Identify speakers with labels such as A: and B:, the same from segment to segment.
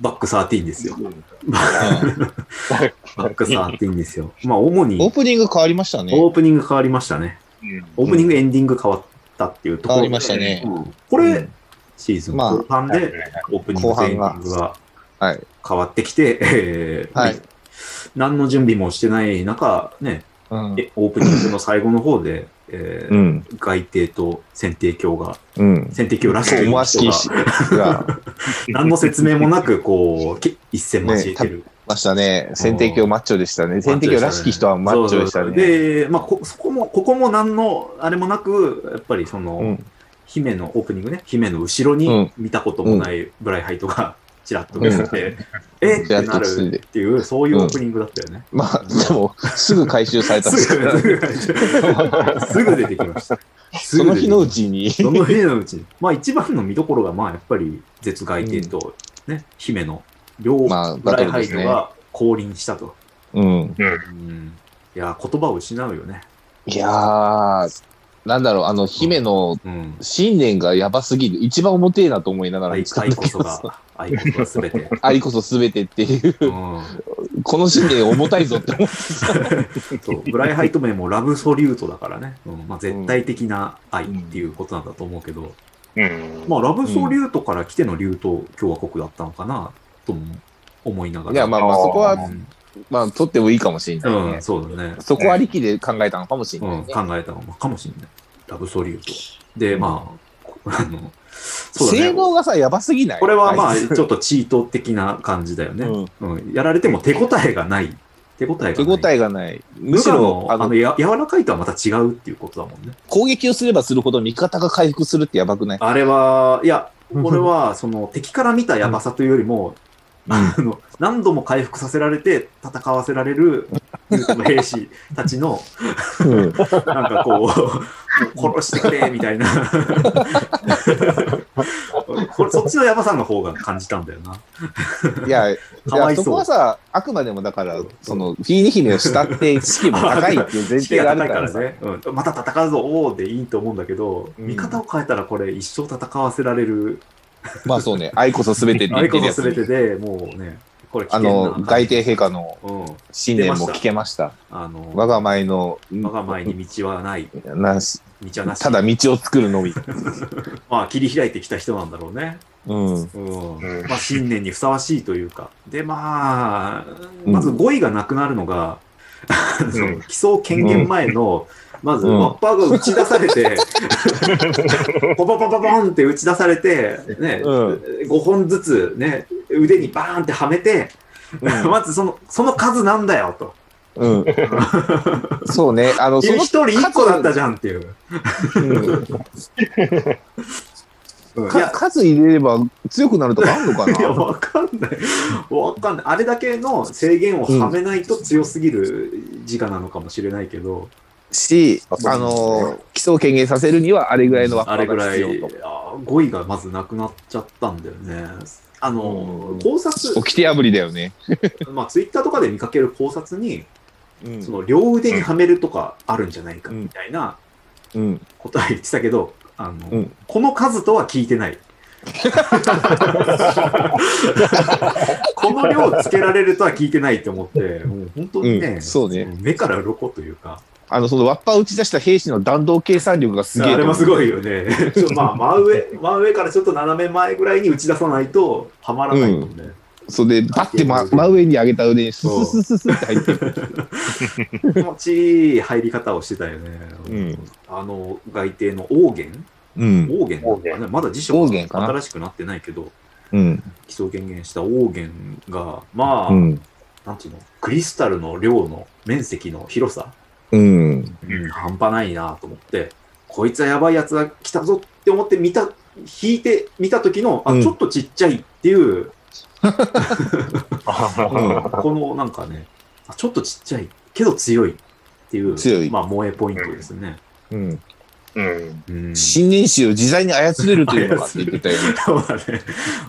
A: バック13です よ。バック
B: オ
A: 13ですよ。まあ、主
B: ー
A: に
B: プニング変わりましたね。
A: オープニング変わりましたね。オープニング、エンディング変わったっていうところ
B: 変わ
A: で
B: りましたね。
A: うんこれ、シーズン
B: まあ
A: 後半で、オープニング
B: 後
A: とエンデ
B: 半が
A: ィングが
B: はい。
A: 変わってきて、えー
B: はい
A: 何の準備もしてない中、ね、
B: うん。
A: えオープニングの最後の方で、えー
B: うん。
A: 外帝と選定教が、
B: うん。
A: 選定教らし
B: そう、
A: い
B: 思わし
A: 人
B: き
A: が、
B: しが、
A: 何の説明もなく、こう、き一戦交えてる。
B: ましたね。選定教マッチョでしたね。選定教らしき人はマッチョでした
A: そうそう
B: ね。
A: そうで、まあこ、そこも、ここも何の、あれもなく、やっぱりその、
B: うん。
A: 姫の、オープニングね、姫の後ろ
B: う
A: に
B: ん
A: 見たこともないブライハイトが、ちらっと出てて、えっっ
B: ちら
A: て
B: っ
A: な
B: と
A: る
B: 映って
A: っていう、そういうオープニングだったよね。
B: まあ、でも、すぐ回収されたんです
A: す
B: けど
A: ぐ、すぐ出 てきました。
B: その日のう
A: ち。
B: ちに、
A: その日のうちに。まあ一番の見どころが、まあやっぱり、絶外帝と、ね、姫の両ブ
B: まあ、バ
A: ラ
B: ト
A: イ
B: ル
A: ハ
B: で
A: イ
B: す
A: ト
B: ね。
A: が降臨したと。
B: う
A: う
B: ん。
A: んいやー、言葉を失うよね。
B: いやー、なんだろう、あの、姫の
A: うん。
B: 信念がやばすぎる。一番重てえなと思いながら
A: 愛
B: 見つかった
A: こ
B: け
A: そ
B: ど
A: が
B: さ、、
A: 愛こそがすべ て。
B: 愛こそ全てっていう、
A: うん
B: この信念重たいぞって 思ってさ。
A: そう、 ブライハイト名もラブソリュートだからね、うんまあ、絶対的な愛っていうことなんだと思うけど、まあ、ラブソリュートから来てのリュート共和国だったのかなとも思いながら。
B: いや、まあまあ、
C: あー
B: そこは、
A: うん
B: まあ、取ってもいいかもしれない
A: うん、
B: ね。
A: そうだね。
B: そこは力で考えたのかもしれ
A: う
B: ない
A: ん、
B: ね。
A: 考えたのもかもしれない。ラブソリュート。で、まあ、あの、そうだ
B: 性
A: ね。
B: 能がさ、やばすぎない
A: これはまあ、
B: いつ
A: ちょっとチート的な感じだよね。
B: うん
A: うん、やられても手応えがない。手応えがない。
B: 手応えがない。む
A: む
B: し
A: しろ
B: ろ、、
A: あ
B: あ
A: の
B: の、
A: や、柔らかいとはまた違うっていうことだもんね。
B: 攻撃をすればするほど味方が回復するってやばく ない
A: あれは、い や、これは、その、敵から見たやばさというよりも、あの、何度も回復させられて戦わせられる、兵士たちの、
B: うん
A: なんかこ う、もう殺してくれ、みたい な。これそっちのやばさの方が感じたんだよな。
B: いや、い
A: かわ
B: や
A: いそう
B: そこはさ、あくまでもだから、その、フィーニ姫を慕って、士気も高いっていう前提があるから さ。
A: ね、うん、また戦うぞ、おーでいいと思うんだけど、
B: うん
A: 見方を変えたらこれ一生戦わせられる
B: まあそうね、愛こそ全てって言
A: あ
B: っ
A: れ
B: て
A: こ
B: るや
A: そ
B: つ
A: 全。てでもうね、これ危
B: あ
A: 険な
B: の、外帝陛下の
A: うん。
B: 信念も聞けました。
A: あの、
B: 我が前の、
A: 我が前に道はない、
B: なし、
A: 道はなし。
B: ただ道を作るのみ。
A: まあ、切り開いてきた人なんだろうね。
B: うん。
A: うん。
C: うん
A: まあ、信念にふさわしいというか。で、まあ、
B: うん
A: まず語彙がなくなるのが、その基礎権限前の、まず、
B: うん
A: ワッパーが打ち出され て、ポポポポポンって打ち出されて、ね、
B: う
A: 5本ずつね、腕にバーンってはめて、まずその、その数なんだよ、と。
B: うん。そうね、あの、そ
A: 一人
B: の
A: 一個だったじゃんっていう。
B: うん
A: い
B: か
A: や、
B: 数入れれば強くなるとかあるのか
A: いや、
B: な
A: わかんない。わかんない。あれだけの制限をはめないと強すぎる自我なのかもしれないけど、
B: し
C: あ、そう
B: あの、基礎を権限させるにはあれぐらいの
A: あ
B: 若
A: れ
B: さ
A: ぐ
B: が
A: らい、
B: 必
A: いや
B: 要と。
A: 語彙がまずなくなっちゃったんだよね。あ
B: う
A: の
B: ん、
A: 考察、
B: 起きて破りだよね。
A: まあ、ツイッターとかで見かける考察に、
B: うん
A: その両腕にはめるとかあるんじゃないかみたいな
B: うん。
A: ことは言ってたけど、あの、
B: うん
A: この数とは聞いてない。 この量つけられるとは聞いてないって思って、もう本当にね、
B: うんそうね
A: 目から鱗というか、
B: あの、その、ワッパー打ち出した兵士の弾道計算力がすげえ。
A: あれもすごいよ ね。ちょまあ、真上、真上からちょっと斜め前ぐらいに打ち出さないと、はまらないもんね。
B: それで、バッて真真上に上げた腕に、スススススって入ってる。
A: 気持ちいい入り方をしてたよね。
B: うん
A: あの、外帝の王元
B: うん。
A: 王元なのかな
C: 王
A: まだ辞書
B: 王
A: が
B: 元かな
A: 新しくなってないけど、
B: うん。
A: 基礎権限した王元が、まあ、
B: うん。
A: なんていうの、クリスタルの量の面積の広さ、
B: うん。
A: 半端ないなと思って、こいつはやばいやつが来たぞって思って見た、引いて見た時の、あ、
B: うん
A: ちょっとちっちゃいっていう、このなんかね、あちょっとちっちゃいけど強いっていう、
B: 強い
A: まあ、萌えポイントですね。
B: うん。
A: うん
B: 新年史を自在に操れるというのかって言ってたよ ね。
A: そうだね。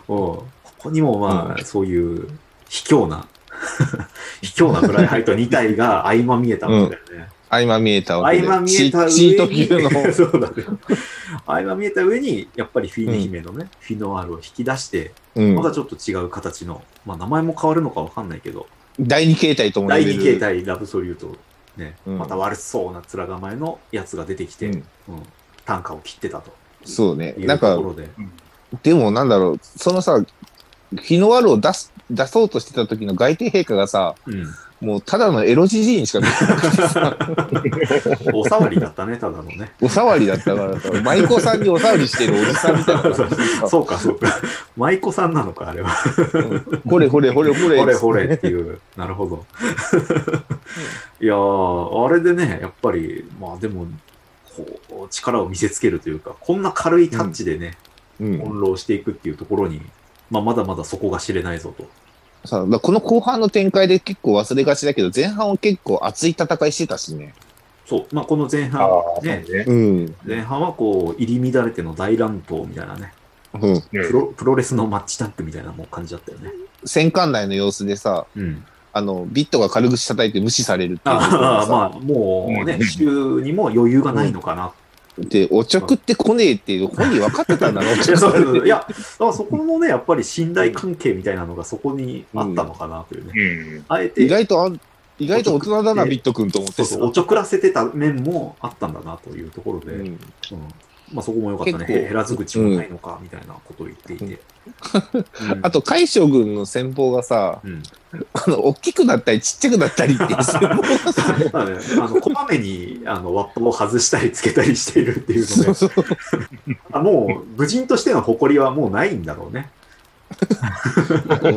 A: おうここにもまあ、そういう卑怯な、 卑怯なブライハイト2体が合間見えたわけだよね。
B: 合間見えたわ
A: 合
B: けで。
A: 間見えた上
B: チ
A: に
B: チート級の。
A: そうだね。相まみえた上に、やっぱりフィーネ姫のね、フィノワールを引き出して、
B: うん
A: またちょっと違う形の、まあ名前も変わるのかわかんないけど、
B: 第二形態と も
A: 第
B: 言え
A: 二
B: る。
A: 形態ラブソリュート、ね、
B: うん
A: また悪そうな面構えのやつが出てきて、
B: う
A: うんん、短歌を切ってたと
B: そうね。
A: い
B: な
A: うんと
B: か
A: こ、ろで。
B: でもなんだろう、そのさ、日の丸を出す、出そうとしてた時の外帝陛下がさ、
A: うん。
B: もうただのエロじじいにしか見えな くてさ、
A: お触りだったね、ただのね。
B: おさわりだったからさ、舞妓さんにおさわりしてるおじさんみたいな感じでさ、
A: そうか、そうか。舞妓さんなのか、あれは。
B: うんほれほれほれほれ。
A: ほれほれっていう。なるほど。いやー、あれでね、やっぱり、まあでも、こう、力を見せつけるというか、こんな軽いタッチでね、
B: うん。
A: 翻弄していくっていうところに、まあまだまだそこが知れないぞと。
B: さだからこの後半の展開で結構忘れがちだけど、前半は結構熱い戦いしてたしね。
A: そう、まあこの前半
C: ああ、
A: ね、
C: そうね。
B: うん。
A: 前半はこう、入り乱れての大乱闘みたいなね、
B: うん。
C: うん
A: プロプロレスのマッチタッグみたいなもう感じだったよね。
B: 戦艦内の様子でさ、
A: うん。
B: あの、ビットが軽口叩いて無視されるっていうのがさ。
A: ああ、まあ、もうね
C: う、ん
A: 週にも余裕がないのかな。
B: で、おちょくって来ねえっていう、本人分かってたんだろ、お
A: い
B: ちょ
A: や、
B: く
A: そう
B: され
A: そ
B: て
A: ういやだからそこもね、やっぱり信頼関係みたいなのがそこにあったのかなというね。
C: うん。
A: あえ
B: 意
A: て、
B: 外とあん、意外と大人だな、
A: おちょくって
B: ビット君と思って
A: そ
B: た
A: うそう、おちょくらせてた面もあったんだなというところで、
B: うん
A: うんまあそこも良かったね。
B: 結構
A: へらず口もないのか、みたいなことを言っていて。うん
B: あ、と、海将軍の戦法がさ、
A: うん。
B: あの、大きくなったり、ちっちゃくなったりっ ていう戦法がさ、
A: まあね、あの、こまめに、あの、ワッパを外したりつけたりしているっていうの
B: そう
A: で、
B: そう。
A: あもう、武人としての誇りはもうないんだろうね。
B: お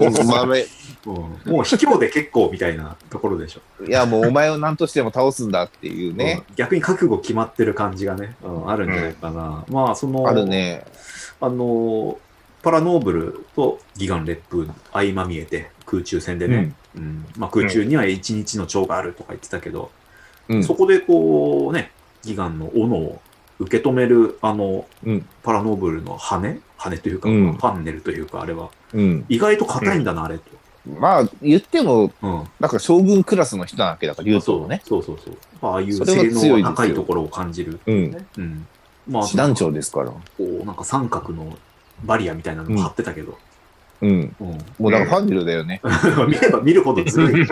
B: 前、い
A: うん、もう卑怯で結構みたいなところでしょ。
B: や、もうお前を何としても倒すんだっていうね。
A: うん逆に覚悟決まってる感じがね、うん、あるんじゃないかな。まあ、その、
B: あるね。
A: あの、パラノーブルとギガン烈風、合間見えて、空中戦でね、うんまあ、空中には一日の蝶があるとか言ってたけど、
B: うん。
A: そこでこうね、ギガンの斧を受け止める、あの、
B: うん
A: パラノーブルの羽羽というか、
B: うん
A: パンネルというか、あれは、
B: うん。
A: 意外と硬いんだな、あれと。
B: まあ、言っても、
A: うん。
B: なんか将軍クラスの人なわけだから、言うとね。
A: そうそうそう。ああいう
B: それは
A: 性
B: 強いですよ
A: 能が高いところを感じる。
B: うん。
A: ねうん。まあ、
B: 師団長ですから。
A: こう、なんか三角のバリアみたいなのを張ってたけど、
B: う
A: う
B: ん。
A: ん
B: もうだからファンデルだよね。
A: 見れば見るほどずるい。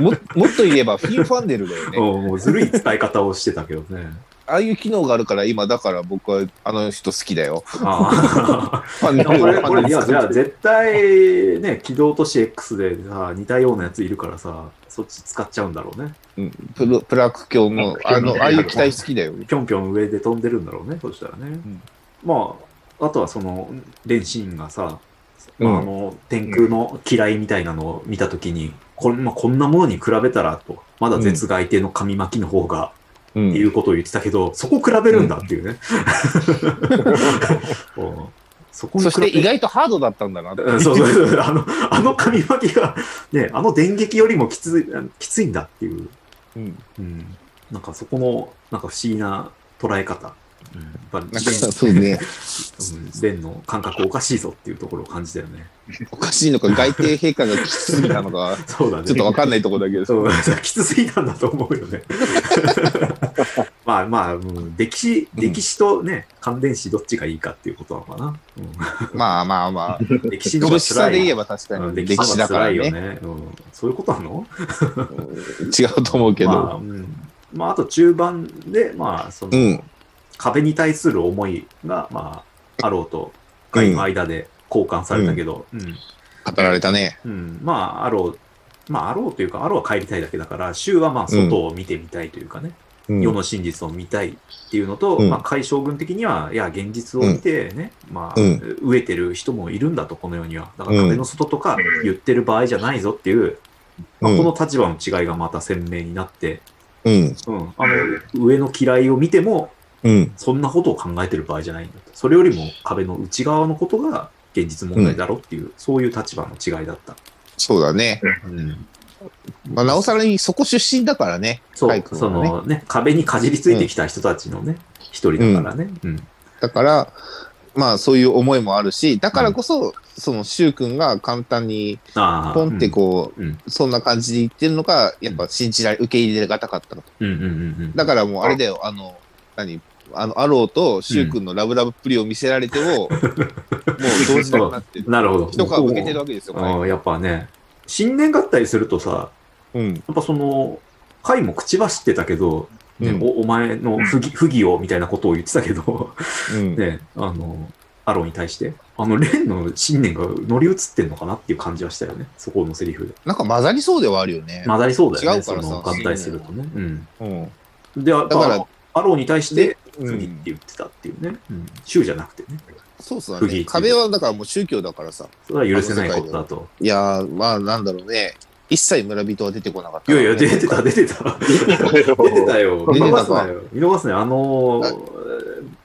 B: ももっと言えば、フィンファンデルだよね
A: う。んもうずるい伝え方をしてたけどね。
B: ああいう機能があるから、今、だから僕はあの人好き だよ。
A: あ
B: ファン
A: あ
B: デ
A: こ
B: ルは
A: れ、
B: フ
A: こ
B: ァン
A: れ、い
B: デル
A: や、じゃあ
B: 好き
A: 絶対ね、機動都市 X でさ、似たようなやついるからさ、そっち使っちゃうんだろうね。
B: うんプロプラク教の、あの、ああいう機体好きだよ。
A: ぴょんぴょん上で飛んでるんだろうね、そしたらね。
B: ん
A: まあ、あとはその、連心がさ、
B: う
A: まああ
B: ん。
A: の天空の嫌いみたいなのを見たときに、こんまあ、こんなものに比べたらと、まだ絶外帝の紙巻きの方がっ
B: う
A: てい
B: ん。
A: うことを言ってたけど、そこ比べるんだっていうね。 うんそこに
B: そし
A: 比
B: て
A: べ
B: 意外とハードだったんだなって。
A: うんそうそうそう あの、あの紙巻きが、ね、あの電撃よりもきつい、きついんだっていう、
B: うん
A: うん、なんかそこの、なんか不思議な捉え方。うん、やっぱり
B: なんか、 そうね。
A: うんレンの感覚おかしいぞっていうところを感じたよね。
B: おかしいのか、外帝陛下がきつすぎたの か、
A: そうだね。
B: ちょっとわかんないところだけど。
A: そう、 きつすぎたんだと思うよね。 まあまあ、うん歴史、
B: うん
A: 歴史とね、乾電子どっちがいいかっていうことなのかな。
B: まあまあまあ。
A: うん歴史の方
B: 苦
A: が
B: しさ
A: 辛
B: で
A: い
B: 言え
A: よ。
B: ば確か
A: うん
B: に
A: 歴
B: 歴
A: 史
B: 史
A: だ
B: だ
A: か
B: からら
A: よ
B: ね。
A: ね、うん。そういうことなの
B: 違うと思うけ
A: まあ、
B: ど。
A: うんまあ、あと中盤で、まあ、そうの、
B: ん。
A: 壁に対する思いが、まあ、あろうと、外の間で交換されたけど、うん
B: 語られたね。
A: うん、まあ、アロー、まあ、アローというか、アローは帰りたいだけだから、州はまあ、外を見てみたいというかね、
B: うん
A: 世の真実を見たいっていうのと、
B: うん
A: まあ、解消軍的には、いや、現実を見てね、まあ、
B: うん
A: 飢えてる人もいるんだと、この世には。だから、
B: うん
A: 壁の外とか言ってる場合じゃないぞっていう、まあ、
B: うん
A: この立場の違いがまた鮮明になって、
B: うん。
A: うん、あの、上の嫌いを見ても、
B: うん。
A: そんなことを考えてる場合じゃないんだと。それよりも壁の内側のことが現実問題だろっていう、そういう立場の違いだった。
B: そうだね。
A: うん
B: まあ、なおさらにそこ出身だからね。
A: そ
B: カイ
A: う、
B: 君
A: そ
B: はね
A: のね、壁にかじりついてきた人たちのね、一、人だからね。うん。
B: だから、まあそういう思いもあるし、だからこそ、その柊君が簡単に
A: ああ。
B: ポンってこう、
A: うん
B: そんな感じで言ってるのが、やっぱ信じられ、受け入れがたかったの。
A: うん。うんうんうんうん。
B: だからもうあれだよ、あの、何あの、アローとシュウ君のラブラブっぷりを見せられて も、もう動じなくなってる。
A: なるほど。
B: 一皮向けてるわけですよ、こ
A: あーやっぱね、新年合体するとさ、
B: れ。うん。
A: やっぱその、カイも口走ってたけど、ね
B: うん
A: おお前の不義不義をみたいなことを言ってたけど、
B: うん。
A: ね、あの、アローに対して、あの、レンの信念が乗り移ってんのかなっていう感じはしたよね、そこのセリフで。
B: なんか混ざりそうではあるよね。
A: 混ざりそうだよね、
B: 違う
A: そ
B: からさ
A: の合体するとね。うん。
B: うん。
A: で、あ
B: だから
A: あのアローに対して、
B: う
A: 不義って
B: ん、
A: 言ってたっていうね。うん。州じゃなくてね。
B: そうそう
A: 不
B: だ
A: 義ってい
B: ね。
A: う
B: 壁はだからもう宗教だからさ。
A: それは許せないことだと。
B: いやー、まあなんだろうね。一切村人は出てこなかっ
A: い
B: た。
A: やいや、出てた、出て た。出てたよ。見
B: 出て
A: 逃
B: た
A: すな
B: か
A: よ。見逃すなよ。あのー、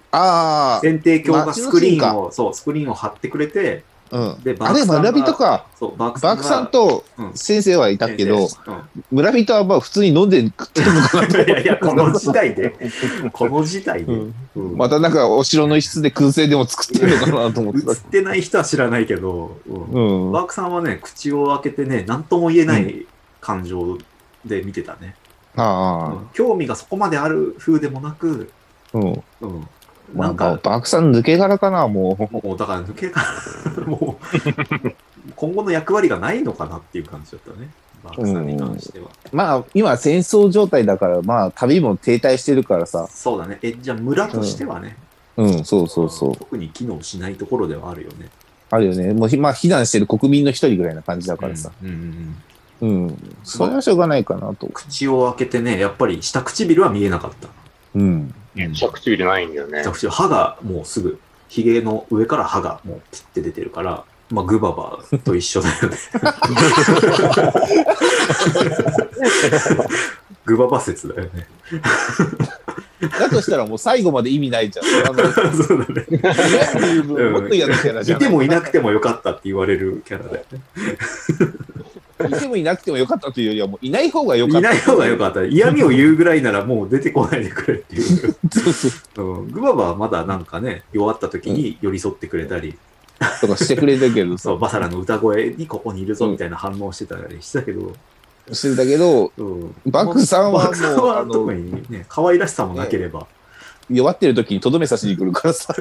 B: あ
A: 選定鏡が
B: 街
A: ス
B: の
A: クリ
B: シーン
A: ー
B: か
A: ンを、そう、スクリーンを貼ってくれて、
B: あ、うん。
A: で、バ
B: あ
A: ー
B: れ、
A: クさん
B: 村
A: が
B: 人か。
A: そう、バークさ
B: バ
A: ん
B: ー
A: が
B: クさんと
A: うん
B: 先生はいたけど、
A: う
B: 村人はまあ普通に飲んで食ってるのかなと
A: んい
B: 思
A: やい や、この時代で、この時代で、
B: うん
A: うん
B: またなんかお城の一室で燻製でも作ってるのかなと思って
A: 映
B: た
A: っ。てない人は知らないけど、うん
B: うん。
A: バークさんはね、口を開けてね、何とも言えない感情で見てたね。う
B: あ
A: ん興味がそこまである風でもなく、
B: あ。うん。
A: うん
B: な
A: なんん
B: か、
A: か、
B: バークさん抜け殻かな、も
A: もうだから抜けが、 もう、今後の役割がないのかなっていう感じだったね。バークさんに関しては。
B: う。まあ、今戦争状態だから、まあ、旅も停滞してるからさ。
A: そうだね。え、じゃあ村としてはね、
B: うん、そうそうそう。
A: 特に機能しないところではあるよね。
B: あるよね。もう、ひまあ、避難してる国民の一人ぐらいな感じだ
A: だ
B: からさ。。
A: うんうんうん、
B: うん。それはしょうがないかなと。
A: 口を開けてね、やっぱり下唇は見えなかった。
B: うん。
A: うん
C: 着地入れないんだよね
A: 下。唇、歯がもうすぐ、髭の上から歯がもうピッて出てるから、まあ、グババと一緒だよ ね。グババ説だよね。
B: だとしたらもう最後まで意味ないじゃん。あの、
A: そうだね。
B: 嫌って いう分、もっと嫌なキャラじ
A: い
B: ゃな
A: て
B: い。
A: もいなくてもよかったって言われるキャラだよね。
B: いてもいなくてもよかったというよりは、もういない方がよかった。
A: いない方がよ
B: っ
A: かった。嫌味を言うぐらいならもう出てこないでくれっていう。
B: た。そうそう。
A: うん、グババはまだなんかね、弱った時に寄り添ってくれたり、
B: とかしてくれたけどさ、
A: そう、バサラの歌声にここにいるぞ
B: うん
A: みたいな反応してたりしてたけど、
B: してたけど、
A: うん、
B: バクさん
A: バ
B: は
A: クさん
B: もう、
A: は
B: あ
A: 特
B: の、
A: にね、可愛らしさもなければ、
B: 弱ってる時にとどめさしに来るか らさ、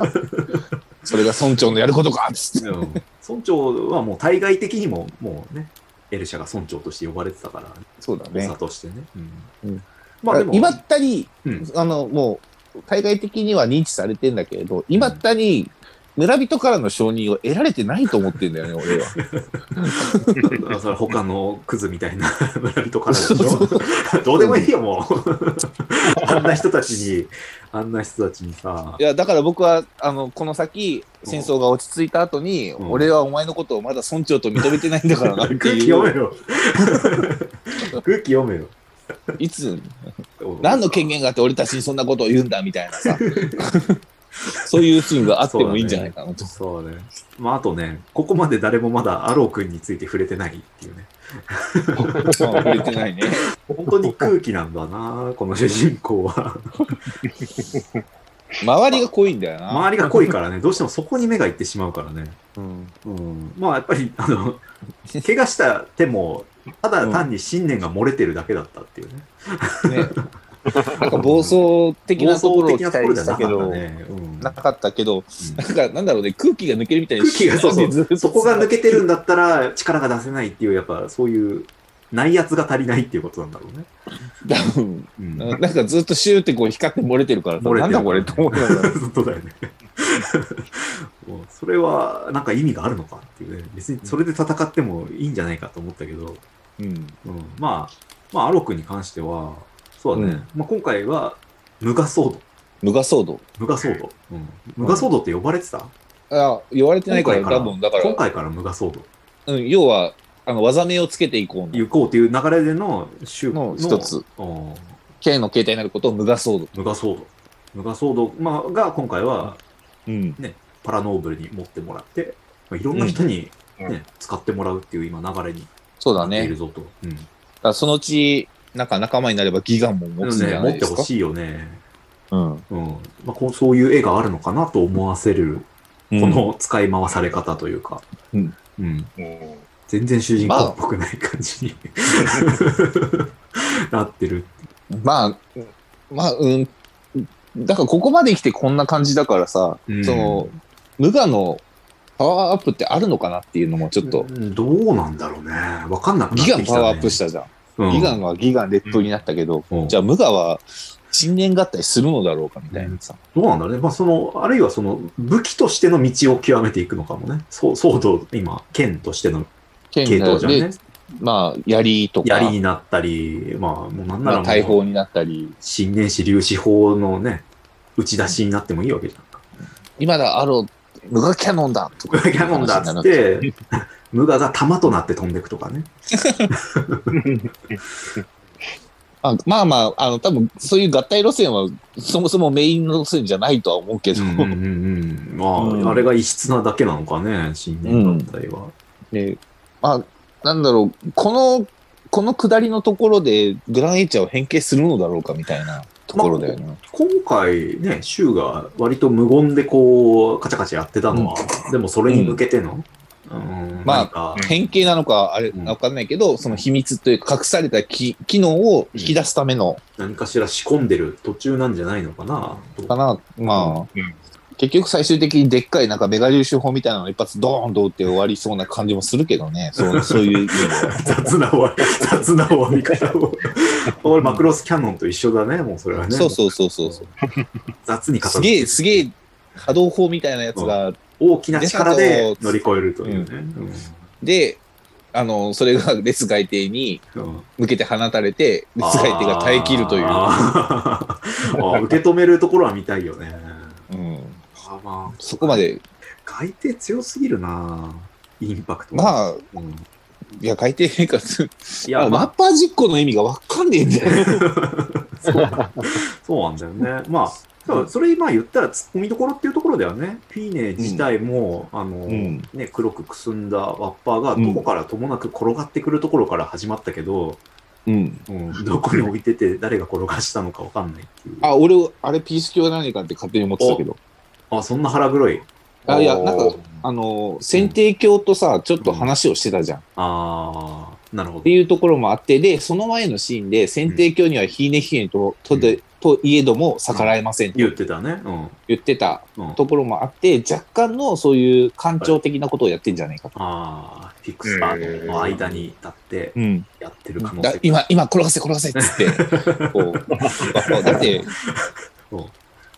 B: それが村長のやることかっつって。
A: うん村長はもう対外的にも、もうね、エルシャが村長として呼ばれてたから、
B: そうだ
A: ね、
B: ね
A: 長。としてね。うん
B: うん
A: まあでも、
B: 今ったり、
A: うん
B: あの、もう、対外的には認知されてんだけれど、今ったに、村人からの承認を得られてないと思ってんだよね、俺は。
A: あ それ他のクズみたいな村人からでしょ
B: そ
A: どうでもいいよ、もう。あんな人たちに、あんな人たちにさ
B: い、や、だから僕は、あの、この先、戦争が落ち着いた後に、
A: うん
B: 俺はお前のことをまだ村長と認めてないんだからなって
A: 空気
B: い
A: 読め
B: う、
A: よ。空気読めよ。
B: いつ、何の権限があって俺たちにそんなことを言うんだみたいなさ、 そういうシーンがあってもいいんじゃないかなと。
A: そうね。まあ、あとね、ここまで誰もまだアロー君について触れてないっていうね。
B: まあ触れてないね。
A: 本当に空気なんだな、この主人公は。
B: 周りが濃いんだよな。
A: 周りが濃いからね、どうしてもそこに目がいってしまうからね。
B: うん
A: うん、まあ、やっぱり、あの、怪我した手も、ただ単に信念が漏れてるだけだったっていうね。
B: ね、なんか暴走的なところを期待したけど、
A: ね。うん
B: なかったけど、なんかなんだろうね、空気が抜けるみたいに
A: 空気がそうそう
B: ずっと
A: そこが抜けてるんだったら力が出せないっていう、やっぱそういう内圧が足りないっていうことなんだろうね。
B: ダウン
A: うん。
B: なんかずっとシューってこう光って漏れてるからさ、
A: 漏れて
B: な
A: る
B: んだこれと思いながら。
A: 本当だよね。もうそれはなんか意味があるのかっていうね。別にそれで戦ってもいいんじゃないかと思ったけど、
B: うん
A: うん、まあ、まあ、アロ君に関しては、そうだね。まあ、今回は、無我騒動。
B: 無我騒動。
A: 無我騒動。うん、無我騒動って呼ばれてた、
B: あ言われてな
A: 今
B: いから、
A: 回から
B: 多分だから、
A: 今回から無我騒動。
B: うん、要は、あの、技名をつけていこうの。
A: 行こうっていう流れでの週
B: の一つ。
A: うん
B: K の形態になることを無我騒動。
A: 無我騒動。無我騒動、まあ、が今回は
B: うん。
A: パラノーブルに持ってもらって、まあ、いろんな人に、ね
C: うんう
A: 使ってもらうっていう今流れに
B: そうだ
A: なってい
B: ね。
A: る
B: だ
A: ぞと。うん
B: からそのうち、なんか仲間になればギガンも持つんじ
A: ね、
B: ゃ
A: 持
B: な
A: って
B: いです
A: ほ
B: か。
A: しいよね。
B: うん。
A: うんまあ、こうそういう絵があるのかなと思わせる、
B: うん
A: この使い回され方というか、
B: うん
A: うん
C: うん
A: 全然主人公っぽくない感じに、 なってる。
B: まあ、まあ、うん、だからここまで来てこんな感じだからさ、
A: うん
B: その、無我のパワーアップってあるのかなっていうのもちょっと、
A: うんどうなんだろうね。わかんなくなっ
B: ギガ
A: て
B: ン
A: きた、ね。
B: パワーアップしたじゃん。
A: うん
B: ギガンはギガン列島になったけど、
A: うん
B: じゃあ無我は新年合体するのだろうかみたいなさ。
A: どうなんだろうね。まあ、その、あるいはその、武器としての道を極めていくのかもね。そう、そうと、今、剣としての系
B: 剣が
A: 統じゃんね
B: で、。まあ、槍とか
A: 槍、になったり、まあ、もうなんな
B: ま
A: ら
B: あ、
A: も
B: 大
A: う、
B: 砲になったり、
A: 新年史粒子法のね、打ち出しになってもいいわけじゃん。
B: 今だ、アロー、無我キャノンだと
A: 無
B: か。
A: 我キャノンだっつっ
B: 話になる。
A: て、 無我が弾となって飛んでいくとかね。
B: あまあまあ、あの、多分そういう合体路線は、そもそもメインの路線じゃないとは思うけど、
A: うんうんうんうん。まあ、
B: うん
A: あれが異質なだけなのかね、新年団体は。
B: で、まあ、なんだろう、この、この下りのところで、グランエイチャーを変形するのだろうかみたいなところだよね。
A: 今回ね、州が割と無言でこう、カチャカチャやってたのは、でもそれに向けての、うん、
B: まあ
A: なんか、
B: 変形なのか、あれ、
A: うん
B: わかんないけど、その秘密というか、隠された機機能を引き出すための、
A: 何かしら仕込んでる途中なんじゃないのかな、と
B: かな、まあ、
C: うん
B: 結局最終的にでっかいなんかメガ粒子砲みたいなの一発ドーンと打って終わりそうな感じもするけどね、そうそういう意味では。
A: 雑な終 わり、雑な終わり方を。俺、マクロスキャノンと一緒だね、もうそれはね。
B: そうそうそうそうそう。
A: 雑に
B: す
A: 語
B: げ
A: る。
B: え、すげえ、波動砲みたいなやつが、
A: 大きな力で乗り越えるというね。
B: で、あの、それが列外帝に
A: うんうん
B: 向けて放たれて、列外帝が耐え切るという。
A: あーあー受け止めるところは見たいよね。
B: うん、
A: あーまあ、
B: そこまで、
A: 外帝強すぎるなインパクトが。
B: まあ、
A: うん
B: いや、海底変化する。
A: い
B: あ
A: や、
B: ワ
A: ま
B: ッ
A: あ、
B: パー実行の意味がわかんねえんだよ。
A: そうなんだよね。まあ、だからそれ今言ったら突っ込みどころっていうところだよね。フィーネ自体も、あの、
B: ん
A: ね、黒くくすんだワッパーが、
B: うん
A: どこからともなく転がってくるところから始まったけど、
B: うん。
A: うんどこに置いてて誰が転がしたのかわかんないっていう。
B: あ、俺、あれ、ピース教は何かって勝手に思ってたけど。
A: あ、そんな腹黒い。
B: あいや、
C: おー
B: なんか、あの、選定教とさ、ちょっと話をしてたじゃん。っ
A: あー、なるほ
B: て
A: ど。
B: いうところもあって、で、その前のシーンで、選定教にはひいねひいねと、とで、といえども逆らえませんと
A: 言ってたね。うん。
B: 言ってた
A: うん、
B: ところもあって、若干のそういう官庁的なことをやってんじゃないかと。
A: あー、フィクスターの間に立って
B: うん。
A: やってる可能
B: だ
A: 性
B: 今、今、転がせ、転がせっつ って。こうだって
A: そ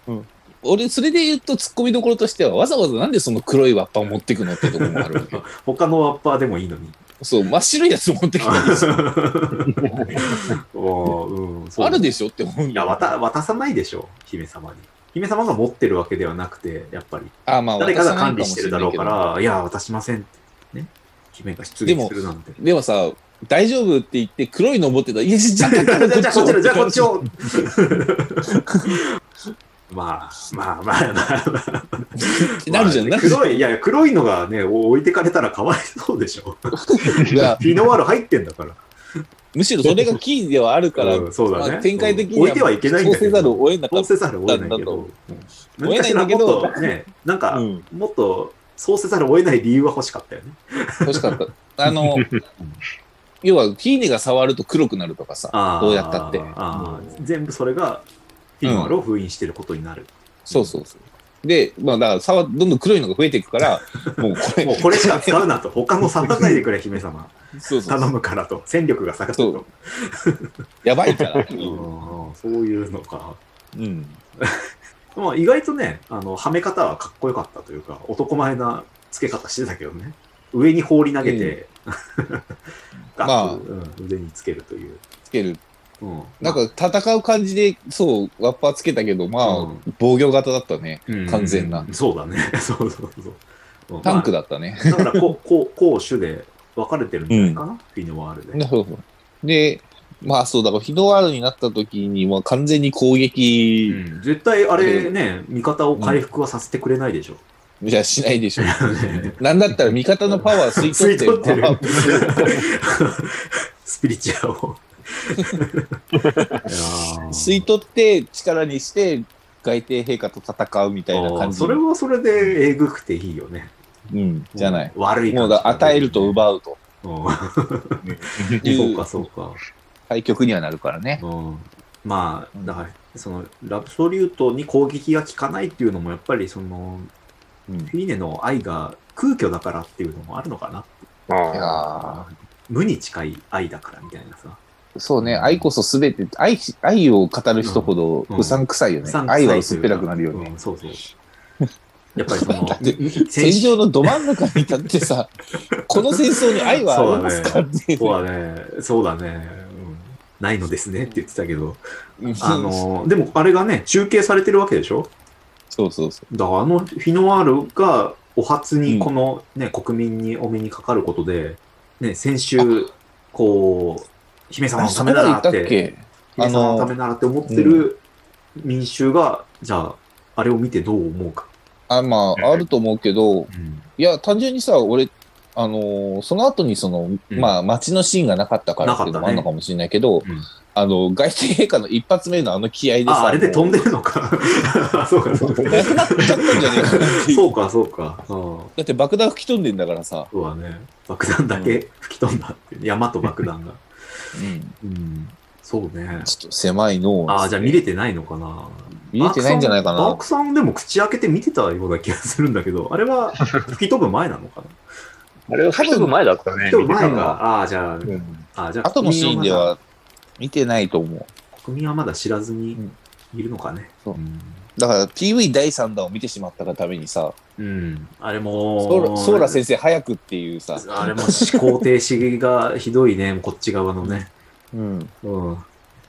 A: う、
B: うん俺、それで言うと、突っ込みどころとしては、わざわざなんでその黒いワッパを持ってくのってとこもある わけ。
A: 他のワッパーでもいいのに。
B: そう、真っ白いやつ持ってきたんですよ。
A: おーうん、そう
B: あるでしょって思うん
A: いや
B: だ。
A: 渡、渡さないでしょ、姫様に。姫様が持ってるわけではなくて、やっぱり。
B: あ、まあ、
A: 誰かが
B: 渡さない
A: 管
B: も
A: 理
B: し
A: して
B: れ
A: る
B: な
A: だ
B: い
A: ろう
B: けど
A: から、いや、渡しませんって。ね。姫が出撃するなんて。
B: でもさ、大丈夫って言って、黒いの持ってたら、いや、じゃあ、じ
A: じゃ あ、じゃ
B: ゃ
A: あ、こっちを、じゃあ、こっちを。 まあ、まあ、まあ、まあ、まあ。
B: ってなるじゃん。
A: ま
B: な
A: あ
B: るじゃん
A: 黒い、いや、黒いのがね、お置いてかれたらかわいそうでしょ。
B: いや
A: ピノワール入ってんだから。
B: むしろそれがキーではあるから、
A: うんそうだね
B: まあ展開的に
A: うん置いてはいけないんだけど
B: そうせざるを得なか
A: ど
B: っ
A: うせざるを得ないけど。
B: だと
A: もっとね、なん
B: た。
A: か
B: う、ん
A: もっと、そうせざるを得ない理由は欲しかったよね。
B: 欲しかった。あの、要は、ヒーネが触ると黒くなるとかさ、
A: あー
B: どうやったって
A: あー全部それが、フィノワールを封印してることになる。
B: そうそうそう。で、まあ、だから触、どんどん黒いのが増えていくから、もうこれ、
A: もうこれしか使う なと、他の触らないでくれ、姫様。
B: そうそう
A: 頼むからと、戦力が下がった
B: そう
A: と。
B: やばいからっていう。
A: うんそういうのか。
B: うん。
A: まあ、意外とね、あの、はめ方はかっこよかったというか、男前な付け方してたけどね。上に放り投げて、 ガ
B: まあ
A: ッとうん腕につけるという。
B: つける。
A: うん
B: なんか、戦う感じで、そう、ワッパーつけたけど、まあ、
A: うん
B: 防御型だったね。完全な
A: うんそうだね。 そうそうそう。うん
B: タンクだったね。
A: だからこう、 こう、攻守で分かれてるんじゃないかな、フィノワールで。
B: そうそうで、まあ、そうだから、ヒノワールになった時に、もう完全に攻撃、
A: うん絶対あれね、味方を回復はさせてくれないでしょ。
B: じゃしないでしょ。 なんだったら味方のパワー吸い取
A: 吸い取
B: って、
A: ってる
B: パワーアップする
A: スピリチュア を。いやー
B: 吸い取って力にして外帝陛下と戦うみたい
A: あ
B: な感
A: ー
B: じ
A: それはそれでえぐくていいよね。
B: うん、じゃない。
A: うん。悪い感
B: もう
A: じ
B: だ与えると奪うと
A: うん
B: い
A: そう
B: う
A: か、そうか。
B: 対局にはなるからね。
A: うんまあ、だから、そのラブソリュートに攻撃が効かないっていうのもやっぱりその
B: うん
A: フィーネの愛が空虚だからっていうのもあるのかな
B: うんいや
C: ああ。
B: ー
A: 無に近い愛だからみたいなさ
B: そうね、愛こそすべて、愛し、愛を語る人ほど
A: うん
B: うさんくさいよね。
A: うさんくさい
B: 愛は薄っぺらくなるよね。
A: うんそうそうやっぱりその
B: だって 戦
A: 先
B: 場のど真ん中に立ってさ、この戦争に愛はありますかっていう。
A: そうだね そうだね、うんないのですねって言ってたけど
B: うん
A: あのでもあれがね中継されてるわけでしょ
B: そうそうそ
A: だからあのフィノワールがお初にこの、ね国民にお目にかかることで、ね、先週こう姫様
B: う。
A: のためならっ
B: そんなこと言ったってけ
A: 姫様のためならって思ってる民衆が、じゃああれを見てどう思うか、
B: あ、まあ、あると思うけど、
A: うん
B: いや、単純にさ、俺、あのーその後にその、
A: うん
B: まあ、街のシーンがなかったからっていうのもあるのかもしれないけど、
A: うん
B: あの、外星陛下の一発目のあの気合で
A: あ
B: さ、
A: あれで飛ん
B: で
A: でるのか そうかそうか
B: なくなっちゃったんじゃねえかなっていう
A: そうかそうかうん
B: だって爆弾吹き飛んでんだからさ、
A: そうだね爆弾だけ吹き飛んだっていう山と爆弾が、うん、そうね
B: ちょっと狭いのを
A: ああじゃあ見れてないのかな
B: 見れてないんじゃないか
A: ダー
B: な
A: ク。さんでも口開けて見てたような気がするんだけど、あれは吹き飛ぶ前なの かな
C: あれは吹き飛ぶ前だった
A: 吹
C: ね。
A: き飛ぶ
C: 見
A: 前
C: てたの
A: が、
C: は
A: ああー、じゃあ、
C: うん
A: あーじゃあ、
B: 後のシーン
A: 国
B: で
A: 民まだ。
B: は見てないと思う。
A: 国民はまだ知らずにいるのかね。
B: そう
A: うん。
B: だから PV 第3弾を見てしまったがためにさ、
A: うんあれ
B: ソーラ
A: も、
B: ソーラ先生早くっていうさ、
A: あれも思考停止がひどいね、 こっち側のね。
B: うん。
A: うん。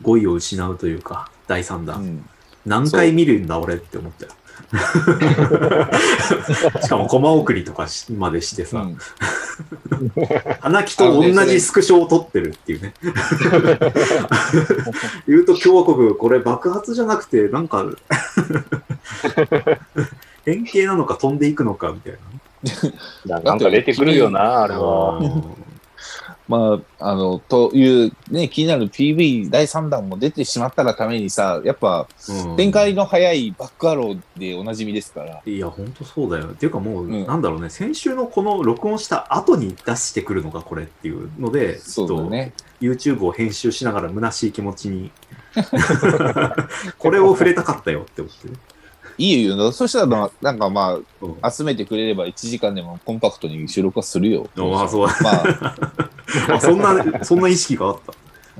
A: 語彙を失うというか、第3
B: う
A: 弾。
B: ん
A: 何回見るんだ、俺って思っ たよ。しかも、コマ送りとかしまでしてさ、花木と同じスクショを撮ってるっていうね。言うと共和国、これ爆発じゃなくて、なんか、変形なのか飛んでいくのかみたいな。
C: なんか出てくるよな、あれは。
B: まあ、あの、という、ね、気になる PV 第3弾も出てしまったがためにさ、やっぱ、
A: うん
B: 展開の早いバックアローでおなじみですから。
A: いや、ほんとそうだよ。っていうかもう、
B: うん
A: なんだろうね、先週のこの録音した後に出してくるのがこれっていうので、
B: そうだね。
A: ちょっと YouTube を編集しながら虚しい気持ちに、これを触れたかったよって思ってね。
B: いいよいいよ。そしたらな、なんかま
A: うん
B: あ、集めてくれれば1時間でもコンパクトに収録はするよ。
A: ああ、そう
B: まあ、
A: あそんな、そんな意識があ った。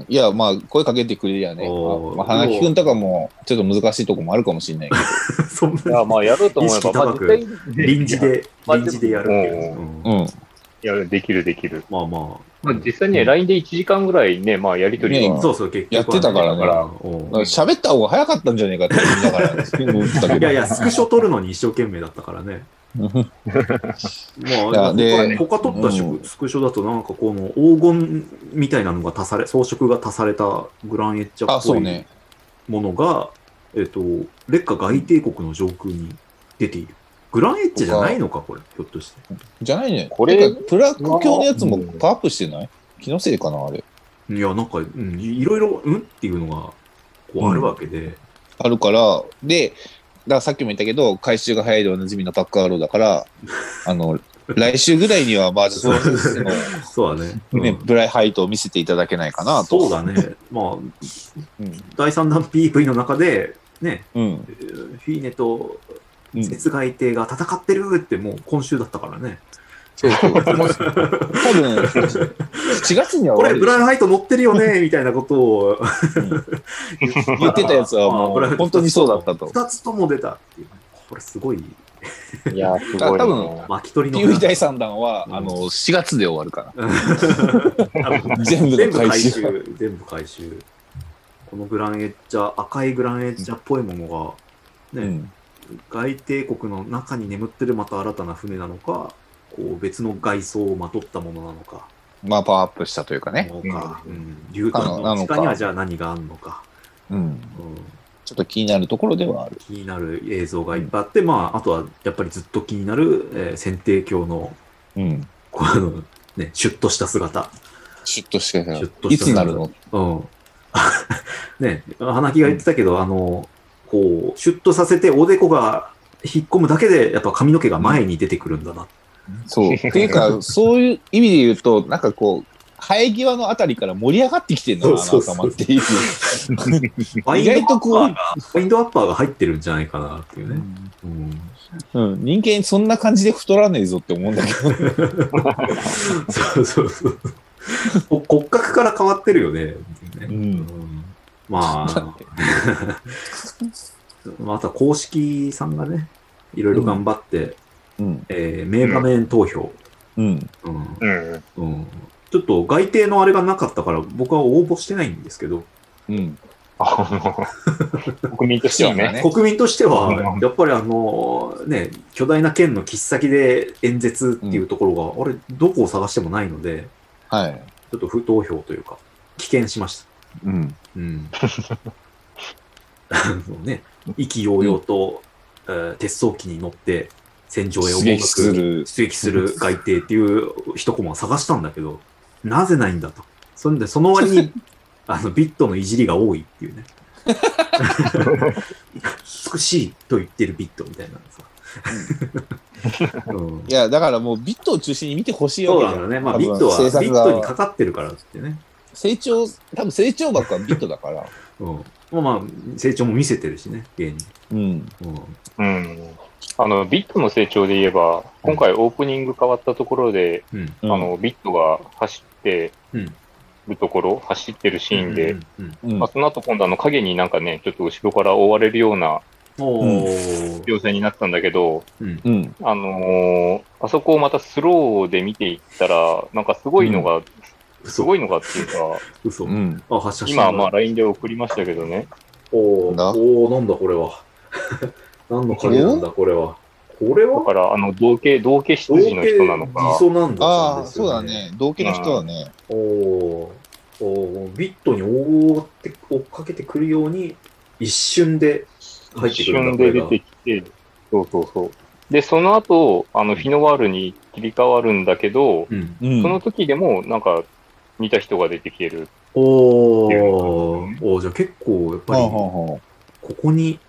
B: いや、まあ、声かけてくれりゃね。
A: おー
B: まあ、花木くんとかも、ちょっと難しいとこもあるかもしれないけ
A: そん
C: い
A: な
C: や、まあ、やろうと思えば、まあ、
A: 意識高く
C: 絶対
A: 臨時。で、
C: まあ
A: 臨時でやるっていう。
C: う
A: うん
B: ど。うん。
C: いや、できる、できる。
A: まあま
C: まあ、実際にね LINE で1時間ぐらいね、まあ、やりとり
B: ね
C: は
A: あ、そうそう、結局はね
B: やってたからね
A: うん
B: 喋った方が早かったんじゃねえかって言いながら、思ったけど。
A: いやいや、スクショ撮るのに一生懸命だったからね。
B: い
A: まあ、
B: やで
A: 他他撮ったし
B: うん
A: スクショだと、なんかこの黄金みたいなのが足され、装飾が足されたグランエッチャ
B: あ、
A: っぽ
B: そう
A: い
B: ね。
A: ものが、えっと、劣化外帝国の上空に出ている。グランエッチャじゃないのか、これ、ひょっとして。
B: じゃないね。
C: これ
B: てかプラク教のやつもパワーアップしてない気のせいかな、あれ。
A: いや、なんか、うん、いいろいろ、うんっていうのが、こう、あるわけで。
B: あるから、で、だからさっきも言ったけど、回収が早いでおなじみのバックアローだ から、あの、来週ぐらいには、まあ、その、
A: そうだね。
B: ね、
A: うん
B: ブライハイトを見せていただけないかなと。
A: そうだね。まあ、
B: うん。
A: 第3弾 PV の中で、ね、
B: うん。
A: えーフィーネと
B: うん
A: 雪外帝が戦ってるって、もう今週だったからね。
B: そうそう。もう多分、7月には
A: こ
B: 終わ
A: れ、
B: る
A: ブ
B: でし
A: ラ
B: ょ
A: イアンハイト乗ってるよ ね、みたいなことを
B: 言ってたやつは
A: まあブライアン
B: もう、
A: ハイ
B: 本
A: ト
B: 当にそうだったと。
A: 2つとも出たっていう。これ、すごい、
C: いや、すごいな。
B: あ多分
A: 巻き取りの。
B: PV 第3弾は、
A: うん
B: あの、4月で終わるか
A: 多
B: ら。
A: 分
B: 全部
A: 全部
B: の
A: 回
B: 回収。
A: 収。全部回収。このグランエッチャ、赤いグランエッチャっぽいものが、
B: う
A: ね、
B: ん。
A: 外帝国の中に眠ってるまた新たな船なのか、こう別の外装をまとったものなのか、
B: まあ、パワーアップしたというかね。
A: もうか、う、
C: うん
A: 竜
B: あの
A: の
B: なの
A: 地
B: か
A: 下にはじゃあ何があるのか、
B: うん。
A: うん、
B: ちょっと気になるところではある。
A: 気になる映像がいっぱいあって、まあ、あとはやっぱりずっと気になる、えー、選定鏡の、
B: うん。
A: こうあの、ね、シュッとした姿。
B: シュッとしてた
A: シュッと
B: い
A: した姿
B: つになる
A: う
B: の
A: ん。 ね、花木が言ってたけど、あの、こう、シュッとさせておでこが引っ込むだけで、やっぱ髪の毛が前に出てくるんだな。
B: そう。っていうか、そういう意味で言うと、なんかこう、生え際のあたりから盛り上がってきてんだな、あ
A: そ
B: の
A: うそうそう
B: 頭っていう。
A: ファイ
B: 意
A: ンド
B: 外とこう、
A: ファインドアッパーが入ってるんじゃないかなっていうね。うん、
B: うん、人間そんな感じで太らねえぞって思うんだけど。。
A: そうそうそう。こ骨格から変わってるよね。っていううねうん んまああの、まああとは公式さんがね、いろいろ頑張って、
B: うん。
A: えー名場面投票、
B: うん。
A: うん
C: うん。
A: うんちょっと外定のあれがなかったから、僕は応募してないんですけど、
B: うん。
C: あ の国民としては
B: そうだね
C: ね。
A: 国民として
C: う
A: は
C: ん、
A: やっぱりあの、ね、巨大な剣の切っ先で演説っていうところが、あれ、どこを探してもないので、
B: はい。
A: ちょっと不投票というか、棄権しました。
B: うん。
A: うん。あのね、意気揚々と、えー鉄装機に乗って戦場へ
B: 出撃する。
A: 出撃する外帝っていう一コマを探したんだけど、なぜないんだと。そんで、その割 に、あの、ビットのいじりが多いっていうね。美しいと言ってるビットみたいなさ。うん
B: いや、だからもうビットを中心に見てほしい
A: そ
B: わ
A: う
B: け
A: なんだね。まあ、
B: 多
A: ビ
B: 分
A: ットは、ビ
B: 制作
A: ッ
B: 側
A: トにかかってるからってね。
B: 成長、多分成長額はビットだから。
A: うん。まあまあ、成長も見せてるしね、芸人。
B: うん。
A: うん。
C: うん。あの、ビットの成長で言えば、今回オープニング変わったところで、
A: うん。
B: あ
C: あ、の、ビットが走って
A: うん
C: るところ、走ってるシーンで、
A: うんうんうん
B: うん
C: まあ、その後今度あの影になんかね、ちょっと後ろから追われるような
A: おー
C: 要請になったんだけど、
A: うん。
B: うん。
C: あのーあそこをまたスローで見ていったら、なんかすごいのが、す
A: 嘘
C: ごいのがっていうか、
A: 嘘
B: う。ん。
A: あ、発射した
C: 今はまあ LINE で送りましたけどね、
A: おー
B: な
A: おーなんだこれは。 何の影なんだこれは。これ
C: だ
A: は
C: からあの同型、同型執
A: 同
C: 事
A: 系
C: の人なのか
A: 理、想なんだ
B: ああ、そうだ。ね。同期の人はね。
A: おーおービットに追って追っかけてくるように、一瞬で入っ
C: 一
A: てくるんだ
C: 瞬
A: これ
C: で出
A: が。
C: てきて、そうそうそう。で、その後、あの、フィノワールに切り替わるんだけど、
A: うん、
B: うん。
C: その時でもなんか似た人が出てきてる。
A: お
C: っていう
A: ーおーじゃあ結構やっぱり
B: はあ
A: こ
B: はあはあ
A: こに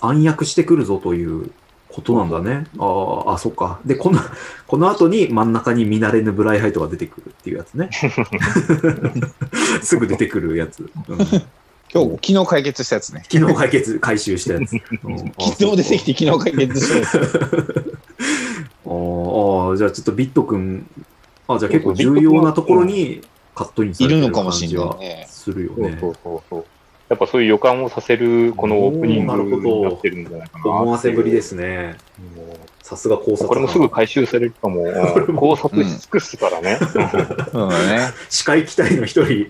A: 暗躍してくるぞということなんだね。あーあ、そっか。で、この、この後に真ん中に見慣れぬブライハイトが出てくるっていうやつ ね。すぐ出てくるやつ。うん
B: 今日、昨日解決したやつね。
A: 昨日解決、回収したやつ。うん
B: 昨日出てき。て昨日解決したやつ。
A: あーあー、じゃあちょっとビットくん、あじゃあ結構重要なところにカットインさ
B: い
A: れ
B: る
A: て
B: の
A: る
B: か
A: 感
B: もし
A: じ
B: れない
A: は
B: ね。
A: するよ
C: そう
A: ね
C: そ。うそうそう。やっぱそういう予感をさせる、このオープニングになってるんじゃないかなっていう。
A: 思わせぶりですね。
C: も
A: さすが考
C: う。
A: 察。
C: これもすぐ回収される かも。うん考察し尽くすからね。
B: そうだね。
A: 司会期待の一 人。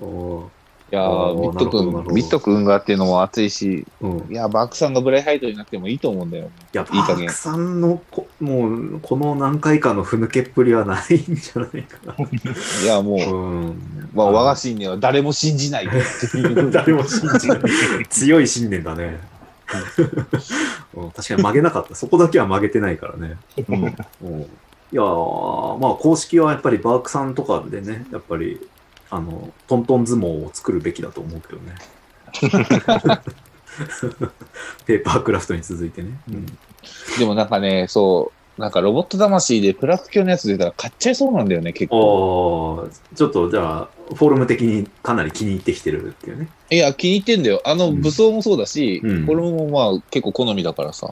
A: おー
B: いやー
A: おー
B: ビット
A: なるほどなるほ
B: 君、
A: ど
B: ビット君がっていうのも熱いし、
A: うん、
B: いやー、バークさんがブレイハイドになってもいいと思うんだよ。
A: いや、パ
B: いい加減
A: ークさんのこ、もう、この何回かのふぬけっぷりはないんじゃないかな。
B: いや、もう、
A: うん。
B: まあ、我が信念は誰も信じないって いう。
A: 誰も信じない。強い信念だね。うん確かに曲げなかった。そこだけは曲げてないからね。
B: うん
A: うんいやーまあ公式はやっぱりバークさんとかでね、やっぱり、あの、トントン相撲を作るべきだと思うけどね。ペーパークラフトに続いてね。うん
B: でもなんかね、そう、なんかロボット魂でプラス教のやつ出たら買っちゃいそうなんだよね、結
A: あ
B: 構。
A: ーちょっとじゃあ、フォルム的にかなり気に入ってきてるっていうね。
B: いや、気に入ってんだよ。あの
A: うん
B: 武装もそうだし、
A: うん
B: これもまあ結構好みだからさ。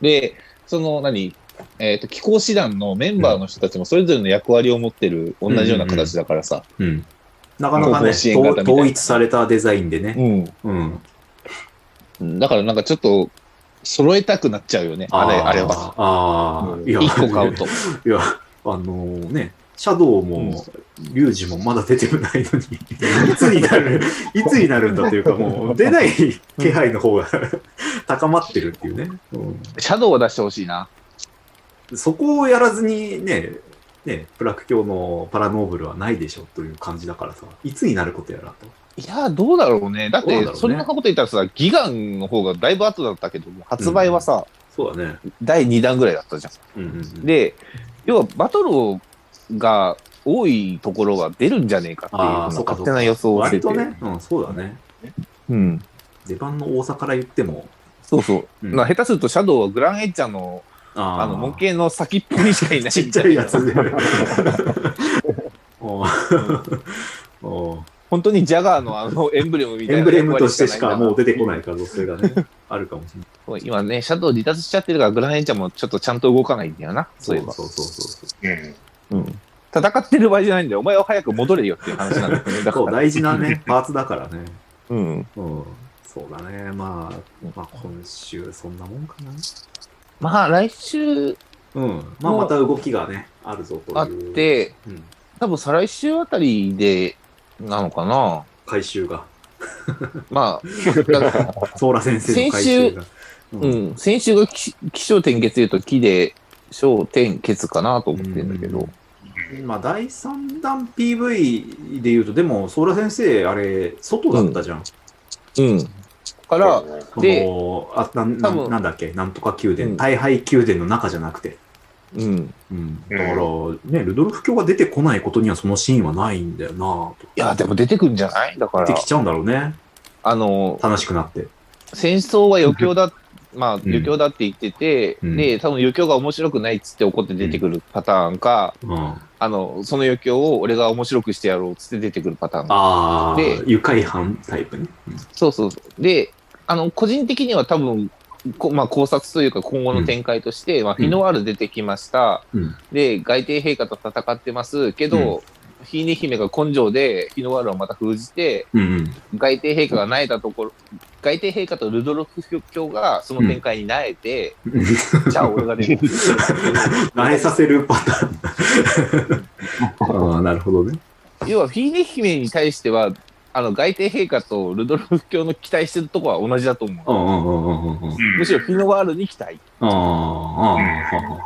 B: で、その何、えっ、と、気候師団のメンバーの人たちもそれぞれの役割を持ってる、同じような形だからさ。
A: うん。なかなかね、
B: 後方支援型み
A: 統
B: たいな
A: 統一されたデザインでね。
B: うん。
A: うん。
B: だからなんかちょっと、揃えたくなっちゃうよね。あれ、
A: ー
B: あれは。。
A: ああ、
C: うん
A: いや、
B: 一個買うと。
A: いや、 あのね、シャドウも、リュウジもまだ出てないのに、 いつにな る、いつになるんだというか、もう出ない気配の方が 高まってるっていうね。う
B: シャドウを出してほしいな。
A: ん、そこをやらずにね、ね、プラク教のパラノーブルはないでしょという感じだからさ、いつになることやらと。
B: いや、どうだろうね。だっ
A: どうなんだろう、
B: て
A: ね
B: そんなこと言ったらさ、ギガンの方がだいぶ後だったけど、発売はさ、
A: そうだね。
B: 第2弾ぐらいだったじゃ。
A: うんうんうんん、
B: で、要はバトルが多いところは出るんじゃねえかっていう
A: あー
B: ような
A: そうかそ
B: 勝
A: う
B: 手
A: か
B: な予想をして
A: 割
B: て。
A: とね、うん、そうだね。
B: うん。
A: 出番の多さから言っても、
B: そうそう。
A: うん
B: まあ下手すると、シャドウはグランエッジャーの
A: あー
B: あの、模型の先っぽにしかいない。
A: ちっちゃいやつ で。おーおー
B: 本当にジャガーのあのエンブレムみたいな。
A: エンブレムとしてしかもう出てこ
B: い
A: ない可能性がね、あるかもしれない。
B: そう。今ね、シャドウ離脱しちゃってるから、グラヘンちゃんもちょっとちゃんと動かないんだよな。そういえば。
A: そうそうそうそう。
C: うん。
B: うん。戦ってる場合じゃないんだよ。お前は早く戻れよっていう話なんだよね。だか
A: そう
B: ら。
A: 大事な ね、パーツだからね。
B: うん。
A: うん。そうだね。まあ、まあ、今週そんなもんかな。
B: まあ、来週
A: うん。まあ、
B: もう
A: また動きがね、あるぞという。
B: あって、
A: うん、
B: 多分再来週あたりで、なのかな
A: 回収が。
B: まあ、だから
A: ソーラ先生の回収が。う。
B: うんん、先週が気気象点月で言うと木で、小点月かなと思ってるんだけど、
A: まあ、第3弾 PV で言うと、でも、ソーラ先生、あれ、外だったじゃん。
B: うん。から、で
A: そのあな
B: 多
A: な
B: 分
A: なんだっけ、なんとか宮
B: う
A: 殿、
B: ん
A: 大敗宮殿の中じゃなくて。
B: うん。
A: うん、だから、ね、ルドルフ卿が出てこないことにはそのシーンはないんだよなぁと。
B: いや、でも出てくんじゃないだか
A: 出
B: ら
A: て、きちゃうんだろうね。
B: あの、
A: 楽しくなって。
B: 戦争は余興だ、まあ、余興だって言ってて、
A: うん
B: で、多分余興が面白くないっつって怒って出てくるパターンか、
A: うん。あ
B: あの、その余興を俺が面白くしてやろうっつって出てくるパターン。
A: あー
B: で、
A: 愉快犯タイプね。
B: そうそうそう。で、あの、個人的には多分、こまあ、考察というか今後の展開として、まあ、フィノワール出てきました。
A: うん
B: で、外帝陛下と戦ってますけど、ヒーネ姫が根性で日の丸をまた封じて、
A: うんうん。
B: 外帝陛下が萎えたところ、外帝陛下とルドルフ卿がその展開に萎えて、じゃあ俺が出る。
A: 慣れさせるパターン。 ああ、なるほどね。
B: 要はフィーネ姫に対しては、あの外帝陛下とルドルフ卿の期待してるところは同じだと思
A: うんうんうんう
B: う。
A: んうん。
B: むしろフィノワールに期待。
A: ああ、ああああああ